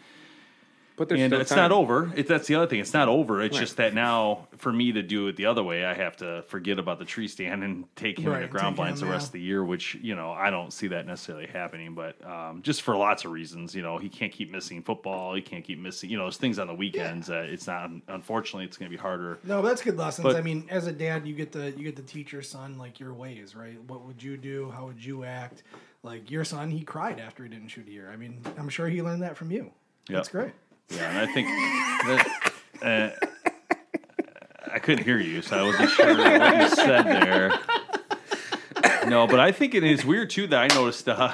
S7: But there's
S5: and
S7: still
S5: it's
S7: time.
S5: not over. It, that's the other thing. It's not over. It's just that now for me to do it the other way, I have to forget about the tree stand and take him
S4: Right,
S5: into ground
S4: take
S5: blinds
S4: him,
S5: the rest
S4: yeah.
S5: of the year, which you know I don't see that necessarily happening. But um, just for lots of reasons, you know, he can't keep missing football. He can't keep missing. You know, there's things on the weekends that it's not. Unfortunately, it's going to be harder.
S4: No, but that's good lessons.
S5: But-
S4: I mean, as a dad, you get to you get to teach your son like your ways, right? What would you do? How would you act? Like your son, he cried after he didn't shoot a year. I mean, I'm sure he learned that from you. That's great.
S5: Yeah, and I think that uh, I couldn't hear you, so I wasn't sure what you said there. No, but I think it is weird too that I noticed. Uh,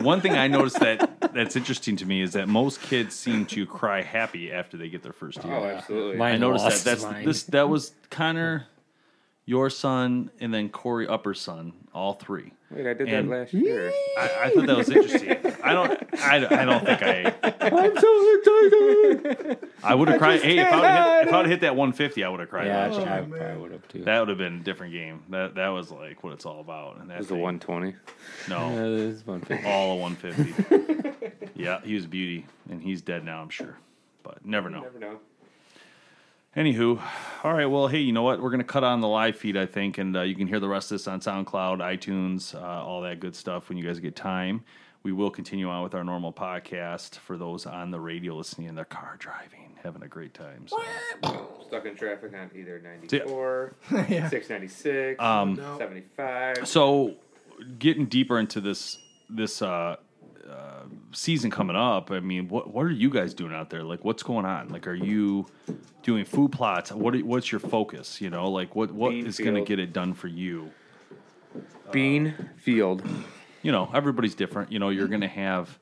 S5: one thing I noticed that that's interesting to me is that most kids seem to cry happy after they get their first deer.
S7: Oh, absolutely.
S5: I
S6: Mine
S5: noticed that.
S6: lost
S5: That's
S6: mine.
S5: this. That was Connor. your son, and then Corey Upper's son, all three.
S7: Wait, I did
S5: And-
S7: that last year.
S5: I, I thought that was interesting. I don't. I, I don't think I.
S6: I'm so excited.
S5: I would have cried. Hey, if I would hit, if I would hit that 150, I would have cried.
S6: Yeah,
S5: last year.
S6: I,
S4: Oh, man.
S6: probably would have too.
S5: That would have been a different game. That that was like what it's all about. And that
S7: It was the
S5: thing-
S7: 120.
S6: Yeah,
S5: No,
S6: that is one thing.
S5: all of 150. yeah, he was a beauty, and he's dead now, I'm sure. But never know.
S7: Never know.
S5: Anywho, all right. Well, hey, you know what? We're gonna cut on the live feed, I think, and uh, you can hear the rest of this on SoundCloud, iTunes, uh, all that good stuff when you guys get time. We will continue on with our normal podcast for those on the radio listening in their car driving, having a great time. So.
S7: Stuck in traffic on either 94,
S4: Yeah.
S7: 696,
S6: Um,
S7: 75.
S5: so getting deeper into this this uh, uh, season coming up i mean what what are you guys doing out there like what's going on like are you doing food plots what are- what's your focus you know like what what
S7: Bean
S5: going to
S7: field.
S5: get it done for you
S7: Uh, Bean Field.
S5: you know everybody's different you know
S6: Mm-hmm.
S5: you're going to have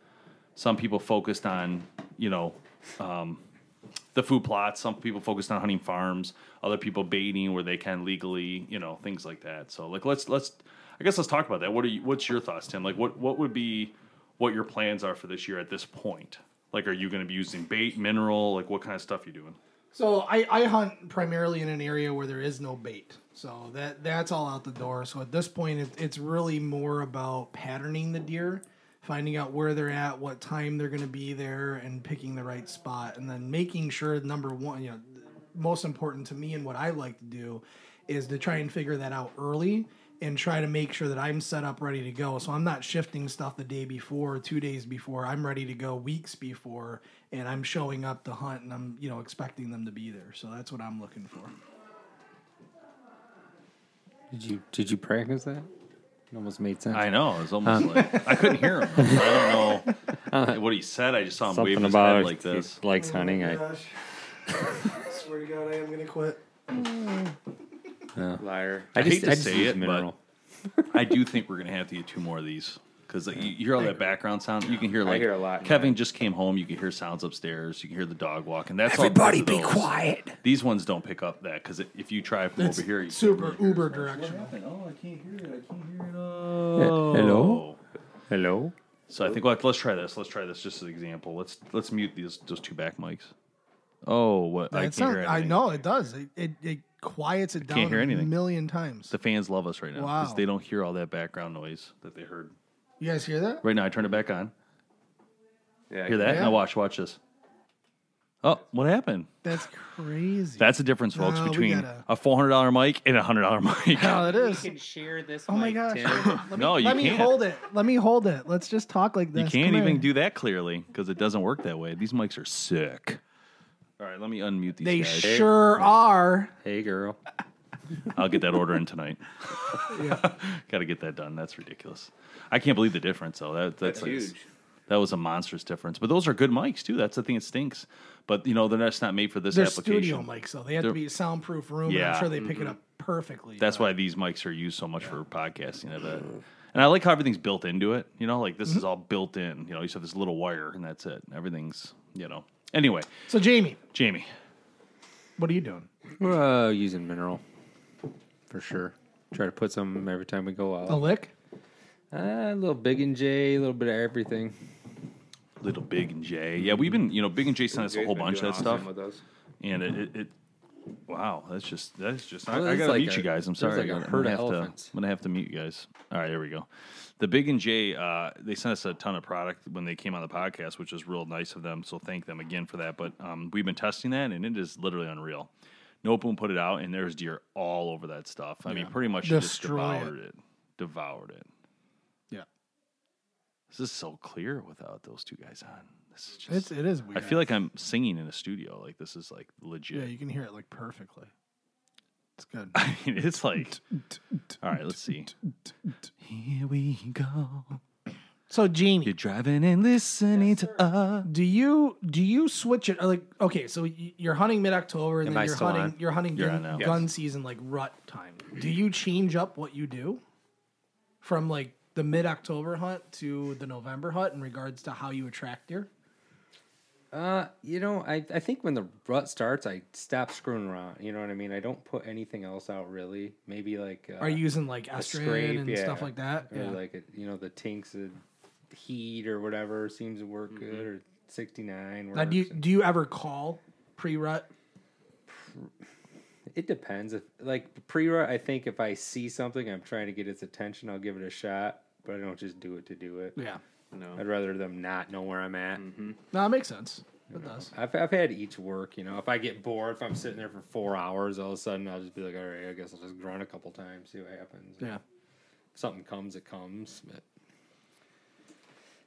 S5: some people focused on you know um, the food plots some people focused on hunting farms other people baiting where they can legally you know things like that so like let's let's i guess let's talk about that what are you what's your thoughts tim like what what would be what your plans are for this year at this point like are you going to be using bait mineral like what kind of stuff you doing
S4: So I, I hunt primarily in an area where there is no bait. So that that's all out the door. So at this point, it, it's really more about patterning the deer, finding out where they're at, what time they're going to be there, and picking the right spot, and then making sure number one, you know, most important to me and what I like to do is to try and figure that out early and try to make sure that I'm set up ready to go. So I'm not shifting stuff the day before, two days before. I'm ready to go weeks before and I'm showing up to hunt and I'm, you know, expecting them to be there. So that's what I'm looking for.
S6: Did you did you practice that? It almost made sense.
S5: i know it's almost like i couldn't hear him i don't know what he said i just saw him
S6: Uh, Something
S5: waving his
S6: about
S5: head like this
S6: he
S4: Oh
S6: likes hunting. I
S4: Gosh. swear to God, I am going to quit.
S7: Liar.
S6: I, just,
S5: hate to
S6: I just
S5: say
S6: use
S5: it, but-
S6: mineral.
S5: I do think we're gonna have to get two more of these because you, you hear all that background sound. You can hear like
S7: hear a lot,
S5: Kevin just came home. You can hear sounds upstairs. You can hear the dog walking. That's all parts of those.
S6: quiet.
S5: These ones don't pick up that because if you try from
S4: It's
S5: over here, you can
S4: super
S5: hear
S4: uber
S5: it.
S4: directional.
S5: Oh, I can't hear it. I can't hear it.
S6: He- hello? Hello.
S5: Oh. So I think let, let's try this. Let's try this just as an example. Let's let's mute these those two back mics. Oh, what I can't
S4: That's not-
S5: hear.
S4: I
S5: anything.
S4: know it does. It, it, it quiets it down
S5: hear
S4: a
S5: anything.
S4: million times.
S5: the fans love us right now because
S4: Wow.
S5: they don't hear all that background noise that they heard.
S4: you guys hear that?
S5: Right now, I turn it back on.
S7: Yeah,
S5: Hear that?
S4: Yeah.
S5: Now watch, watch this. Oh, what happened?
S4: That's crazy.
S5: That's the difference, folks,
S4: No, we
S5: between
S4: gotta-
S5: a four hundred dollar mic and a hundred dollar mic.
S4: how it
S8: You
S4: is.
S8: can share this.
S4: Oh my
S8: mic,
S4: gosh.
S8: Tim.
S4: Let me,
S5: No, you
S4: let me
S5: can't.
S4: hold it. Let me hold it. Let's just talk like
S5: you
S4: this.
S5: can't
S4: Come
S5: even
S4: here.
S5: do that clearly because it doesn't work that way. These mics are sick. All right, let me unmute these
S4: They
S5: guys.
S4: sure are.
S6: Hey, girl.
S5: I'll get that order in tonight. Got to get that done. That's ridiculous. I can't believe the difference though. That, that's,
S7: That's
S5: like-
S7: huge.
S5: That was a monstrous difference. But those are good mics too. That's the thing. It stinks. But you know they're just not made for this
S4: They're
S5: application.
S4: studio mics, so they have
S5: They're-
S4: to be a soundproof room. and
S5: Yeah. Mm-hmm.
S4: I'm sure they pick it up perfectly.
S5: That's why these mics are used so much for podcasting. I bet. And I like how everything's built into it. You know, like this
S7: Mm-hmm.
S5: is all built in. You know, you just have this little wire and that's it. Everything's, you know. Anyway,
S4: So, Jamie,
S5: Jamie,
S4: what are you doing?
S6: We're uh, using mineral for sure. Try to put some every time we go
S4: A
S6: out.
S4: lick?
S6: Uh, a little big and J, a little bit of everything.
S5: little Big and Jay. Yeah, we've been, you know, Big and Jay sent us a
S7: Jay's
S5: whole
S7: been
S5: bunch of
S7: doing
S5: that stuff.
S7: awesome with us.
S5: And it, it, it wow, that's just, that's just, I,
S6: Mm-hmm. Well,
S5: I
S6: it's
S5: gotta
S6: like
S5: mute
S6: a-
S5: you guys. I'm
S6: it's
S5: sorry.
S6: like a
S5: I'm,
S6: herd
S5: gonna
S6: of
S5: have to, I'm
S6: elephants.
S5: gonna have to mute you guys. All right, there we go. The Big and Jay, uh, they sent us a ton of product when they came on the podcast, which is real nice of them. So thank them again for that. But um, we've been testing that, and it is literally unreal. No boom put it out, and there's deer all over that stuff. I mean, pretty much just
S4: Destroy it.
S5: devoured it. Devoured it.
S4: Yeah.
S5: This is so clear without those two guys on. This is just.
S4: It's it is weird.
S5: I feel like I'm singing in a studio. Like this is like legit.
S4: yeah, you can hear it like perfectly. It's good.
S5: I mean, it's like. All right, let's see. Here we go.
S4: So, Jamie,
S5: You're driving and listening to us.
S4: do you do you switch it? Like, okay, so y- you're hunting mid October, and
S6: Am
S4: then
S6: I
S4: you're
S6: still
S4: hunting
S6: on?
S4: you're hunting
S5: You're on
S4: gun,
S5: now. Yes.
S4: gun season like rut time. Do you change up what you do from like the mid October hunt to the November hunt in regards to how you attract deer?
S6: Uh, you know, I, I think when the rut starts, I stop screwing around. You know what I mean? I don't put anything else out really. Maybe like uh,
S4: Are you using like
S6: a
S4: Estrin and
S6: yeah,
S4: stuff like that?
S6: or like a, you know the Tinks of heat or whatever seems to work good or sixty nine.
S4: Now, do you do you ever call pre rut?
S6: It depends. If like pre-rut, I think if I see something, I'm trying to get its attention. I'll give it a shot, but I don't just do it to do it.
S4: Yeah.
S6: I'd rather them not know where I'm at.
S4: No, it makes sense. It does.
S6: I've I've had each work. You know, if I get bored, if I'm sitting there for four hours, all of a sudden I'll just be like, all right, I guess I'll just grunt a couple times, see what happens.
S4: Yeah.
S6: If something comes, it comes. But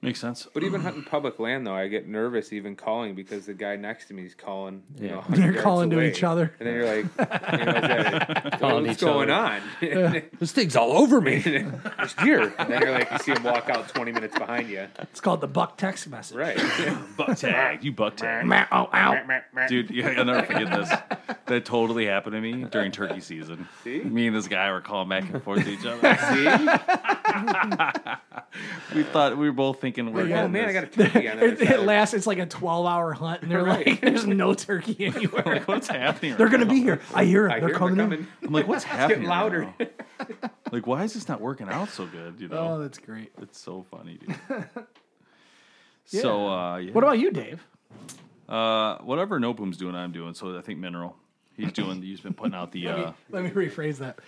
S5: Makes sense.
S7: But even hunting public land, though, I get nervous even calling because the guy next to me is calling. You know,
S4: They're calling to each other.
S7: and then you're like, you know, is that,
S6: Calling
S7: what's
S6: each
S7: going on?
S6: this thing's all over me.
S7: There's deer. And then you're like, you see him walk out 20 minutes behind you.
S4: It's called the buck text message.
S7: Right.
S5: Buck tag. You buck tag.
S4: Oh, ow.
S5: Dude, yeah, I'll never forget this. That totally happened to me during turkey season.
S7: See?
S5: Me and this guy were calling back and forth to each other.
S7: See?
S5: We thought we were both thinking, we're
S7: Oh
S5: getting
S7: man, I
S5: this.
S7: got a turkey on the
S4: It,
S7: other
S4: it
S7: side.
S4: lasts. It's like a twelve-hour hunt, and they're
S7: Right.
S4: like, "There's no turkey anywhere.
S5: what's happening?
S4: they're
S5: right
S4: gonna
S5: now?
S4: be here. I hear 'em.
S7: I
S4: They're
S7: hear him,
S4: coming,
S7: they're
S4: in."
S7: coming.
S5: I'm like, what's happening? right
S7: louder.
S5: now? Like, why is this not working out so good? You know,
S4: Oh, that's great.
S5: it's so funny, dude. So, uh, yeah.
S4: What about you, Dave?
S5: uh, whatever Nopum's doing, I'm doing. So I think Mineral, he's doing. He's been putting out the. Uh,
S4: Let me rephrase that.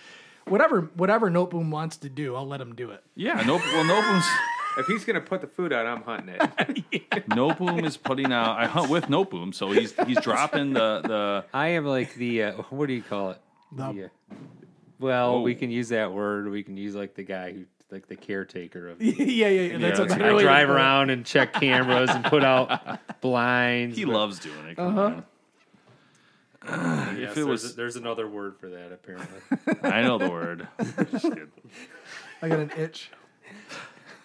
S4: Whatever, whatever Noteboom wants to do, I'll let him do it.
S5: yeah, Nop. Well, Nopum's.
S7: If he's going to put the food out, I'm hunting it.
S5: Nopum is putting out. I hunt with Nopum, so he's he's dropping the the.
S6: I am like the uh, what do you call it?
S4: The-
S6: The, uh, well, we
S5: Oh.
S6: can use that word. or We can use like the guy who like the caretaker of.
S4: yeah, yeah, yeah. That's
S5: Yeah, that's-
S4: a better
S6: I
S4: way to
S6: drive
S4: put it.
S6: around and check cameras and put out blinds.
S5: He
S6: but-
S5: loves doing it. come
S6: Uh-huh.
S5: on.
S6: Yes,
S5: it
S6: there's
S5: was-
S6: a- there's another word for that apparently.
S5: I know the word.
S4: I got an itch.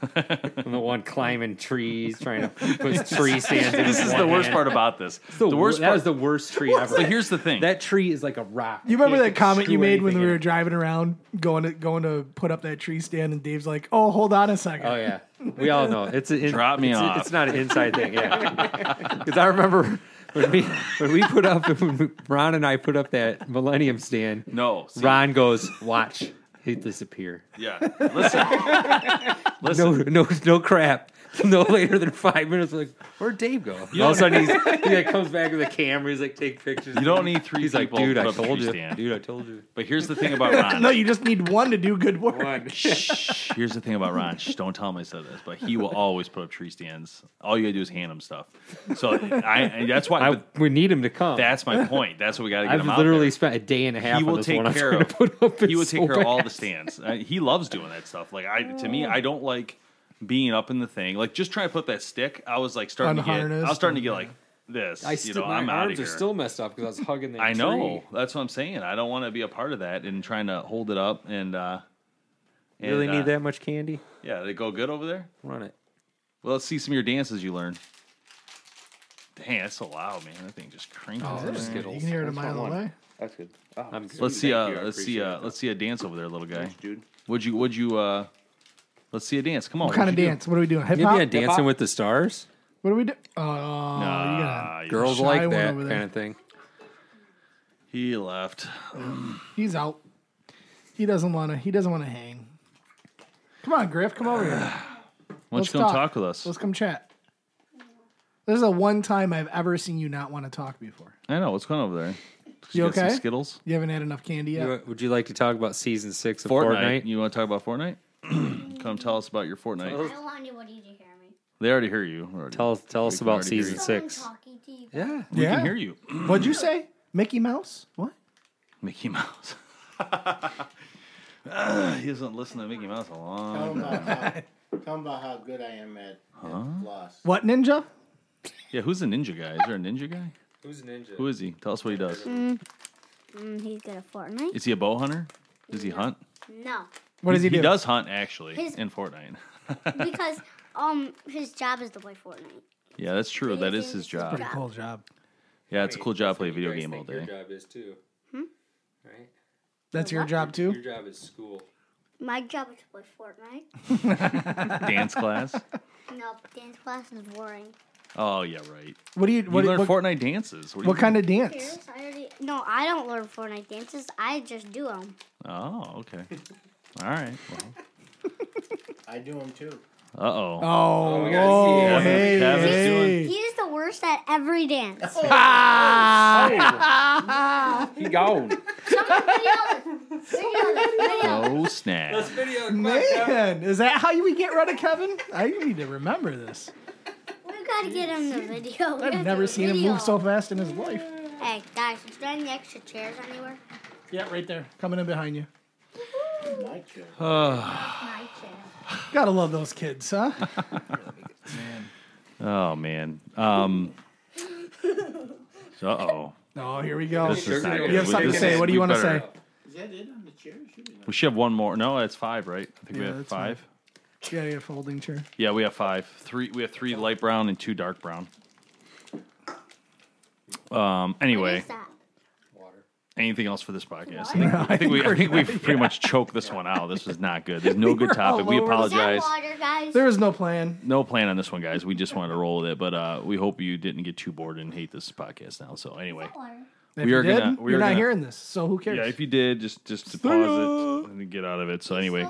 S6: I'm the one climbing trees, trying to put tree stands. in
S5: this
S6: with
S5: is the
S6: one
S5: worst
S6: hand.
S5: part about this.
S6: The,
S5: The, worst
S6: that
S5: part.
S6: was the worst tree ever.
S5: but here's the thing.
S6: that tree is like a rock.
S4: You remember
S6: can't
S4: that comment you
S6: screw
S4: made when
S6: anything
S4: we were
S6: in it.
S4: driving around, going to going to put up that tree stand, and Dave's like, "Oh, hold on a second.
S6: Oh yeah, we all know it's an in,
S5: Drop me
S6: it's, a-
S5: off.
S6: It's not an inside thing, yeah. Because I remember when we when we put up when Ron and I put up that Millennium stand.
S5: no, see,
S6: Ron goes, watch, he disappear.
S5: Yeah, listen,
S6: No,
S5: listen.
S6: no, no crap. No later than five minutes. Like, where'd Dave go? All of a sudden, he's, he like comes back with a camera. He's like, take pictures.
S5: You don't need three
S6: He's like,
S5: people.
S6: dude,
S5: to
S6: I
S5: put up a
S6: told
S5: tree
S6: you,
S5: stand."
S6: dude, I told you.
S5: But here's the thing about Ron.
S4: No, you just need one to do good work.
S7: One.
S5: Shh, here's the thing about Ron. Shh, don't tell him I said this, but he will always put up tree stands. All you gotta do is hand him stuff. So I, and that's why.
S6: I,
S5: but
S6: we need him to come.
S5: that's my point. That's what we gotta get
S6: I've
S5: him out.
S6: literally
S5: there.
S6: spent a day and a half.
S5: he
S6: on
S5: will
S6: this
S5: take
S6: one. I'm
S5: care
S6: trying
S5: of.
S6: to put up.
S5: he will
S6: It's
S5: take
S6: so
S5: care of all
S6: bad.
S5: the stands. Uh, he loves doing that stuff. Like I, to me, I don't like being up in the thing. Like just trying to put that stick. I was like starting to get. I
S4: Unharnessed
S5: was starting to get like this.
S6: I
S5: you
S6: still,
S5: know,
S6: my
S5: I'm out of
S6: arms
S5: here.
S6: are still messed up because I was hugging that
S5: I know.
S6: tree.
S5: That's what I'm saying. I don't want to be a part of that and trying to hold it up and. uh and,
S6: Really
S5: uh,
S6: need that much candy?
S5: Yeah, they go good over there.
S6: Run it.
S5: Well, let's see some of your dances you learned. Dang, that's so loud, man. That thing just cranks.
S6: Oh,
S5: Let's
S4: You can hear it a mile
S7: one.
S4: away.
S7: That's good. Oh,
S6: I'm
S7: sweet.
S6: good.
S5: see.
S7: Thank
S5: Uh,
S7: you. I
S5: let's see.
S7: appreciate
S5: Uh,
S7: it.
S5: let's see a dance over there, little guy.
S7: Thanks, dude.
S5: Would you? Would you? uh Let's see a dance. Come on.
S4: What kind of
S5: what'd you do?
S4: dance? What are we doing? Hip
S6: Maybe
S4: hop.
S6: on Dancing with the Stars.
S4: What do we do? Oh, you
S5: Nah,
S4: got
S5: Ah, you-
S6: Girls
S4: Shy
S6: like
S4: one
S6: that
S4: over there.
S6: kind of thing.
S5: He left.
S4: He's out. He doesn't want to. He doesn't want to hang. Come on, Griff. Come over here.
S5: Why don't
S4: Let's
S5: you come
S4: talk.
S5: talk. with us?
S4: Let's come chat. This is the one time I've ever seen you not want to talk before.
S5: I know what's going on over there.
S4: You
S5: got some
S4: okay?
S5: Skittles.
S4: You haven't had enough candy yet.
S6: You- Would you like to talk about season six of
S5: Fortnite.
S6: Fortnite?
S5: You want to talk about Fortnite? come tell us about your Fortnite.
S8: I don't want anybody to hear me.
S5: They already hear you. We're Already.
S6: Tell us, tell us
S5: can
S6: about
S5: already hear
S6: season
S5: you.
S6: six.
S8: Someone talking to you.
S6: Yeah,
S5: We can hear you,
S4: What'd you say? Mickey Mouse? What?
S5: Mickey Mouse. Ah, he hasn't listened to Mickey Mouse in a
S4: Um,
S5: long time.
S9: Tell 'em about how good I am at, at floss.
S4: What ninja?
S5: Yeah, who's a ninja guy? Is there a ninja guy?
S7: Who's a ninja?
S5: Who is he? Tell us what he does.
S8: Mm, he's good at Fortnite.
S5: Is he a bow hunter? Does he hunt?
S8: No,
S4: What does he,
S5: He
S4: do?
S5: does hunt actually
S8: His-
S5: in Fortnite.
S8: because um, his job is to play Fortnite.
S5: Yeah, that's true. That is his
S8: His
S5: job.
S4: Pretty cool job.
S5: Yeah, it's a cool job to play a video
S3: guys
S5: game all
S3: think Your
S5: day.
S3: job is too. Right?
S4: That's your job too.
S3: Your job is school.
S8: My job is to play Fortnite.
S5: Dance class.
S8: No, dance class is boring.
S5: Oh yeah, right.
S4: What do you- what-
S5: you learn
S4: what-
S5: Fortnite dances?
S4: what kind of dance?
S8: Yes, I already, no, I don't learn Fortnite dances. I just do them.
S5: Oh, okay. All right.
S9: I do them too.
S5: Well, uh oh.
S4: Oh, whoa, hey, hey.
S8: He is the worst at every dance.
S7: Ah.
S5: He gone.
S4: Oh,
S5: snap.
S4: Man, is that how we get rid of Kevin? I need to remember this.
S8: We gotta get him the video. We
S4: I've
S8: have
S4: never
S8: the
S4: seen him
S8: video.
S4: move so fast in his life.
S8: Hey guys, is there any extra chairs anywhere?
S4: Yeah, right there. Coming in behind you.
S9: My chair.
S8: My chair.
S4: Gotta love those kids, huh?
S5: Oh man. Um. Uh oh.
S4: Oh, here we go.
S5: This is not
S4: You
S5: good.
S4: have something to
S5: This
S4: say.
S5: is-
S4: What do
S5: we
S4: you want to
S5: better-
S4: say?
S9: Is that it on the chair? Should be.
S5: We should have one more. No, that's five, right? I think we
S4: Yeah,
S5: have
S4: that's
S5: five.
S4: Yeah, yeah, folding chair.
S5: Yeah, we have five. Three. We have three light brown and two dark brown. Um. Anyway. Anything else for this podcast? I think, I think we. I think we've pretty much choked this one out. This was not good. There's no good
S4: We're all
S5: topic. We
S4: over the-
S5: apologize.
S8: Water, guys.
S4: There is no plan.
S5: No plan on this one, guys. We just wanted to roll with it, but uh, we hope you didn't get too bored and hate this podcast now. So anyway,
S4: If you did, you're not hearing this, so who cares?
S5: Yeah, if you did, just just to pause it and get out of it. So anyway,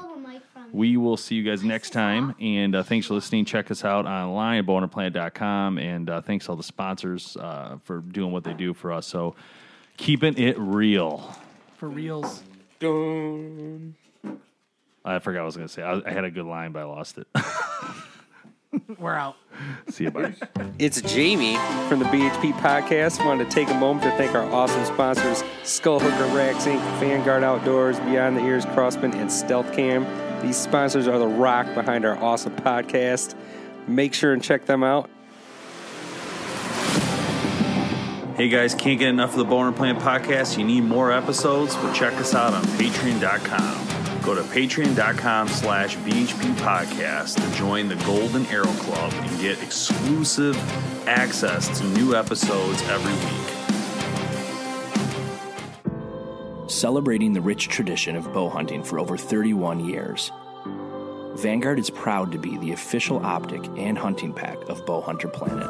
S5: we will see you guys next time. And uh, thanks for listening. Check us out online at bonerplanet.com. And uh, thanks to all the sponsors uh, for doing what they do for us. So keeping it real.
S4: For reals.
S7: Dun.
S5: I forgot what I was going to say. I, I had a good line, but I lost it.
S4: We're out.
S5: see you, bye.
S6: It's Jamie from the BHP Podcast. Want to take a moment to thank our awesome sponsors, Skull Hooker Racks Inc., Vanguard Outdoors, Beyond the Ears Crossman, and Stealth Cam. These sponsors are the rock behind our awesome podcast. Make sure and check them out.
S5: Hey guys, can't get enough of the Boner Plant podcast? You need more episodes? Well, check us out on patreon.com. Go to patreon.com slash BHP podcast to join the Golden Arrow Club and get exclusive access to new episodes every week.
S10: celebrating the rich tradition of bow hunting for over 31 years. Vanguard is proud to be the official optic and hunting pack of Bow Hunter Planet.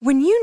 S11: When you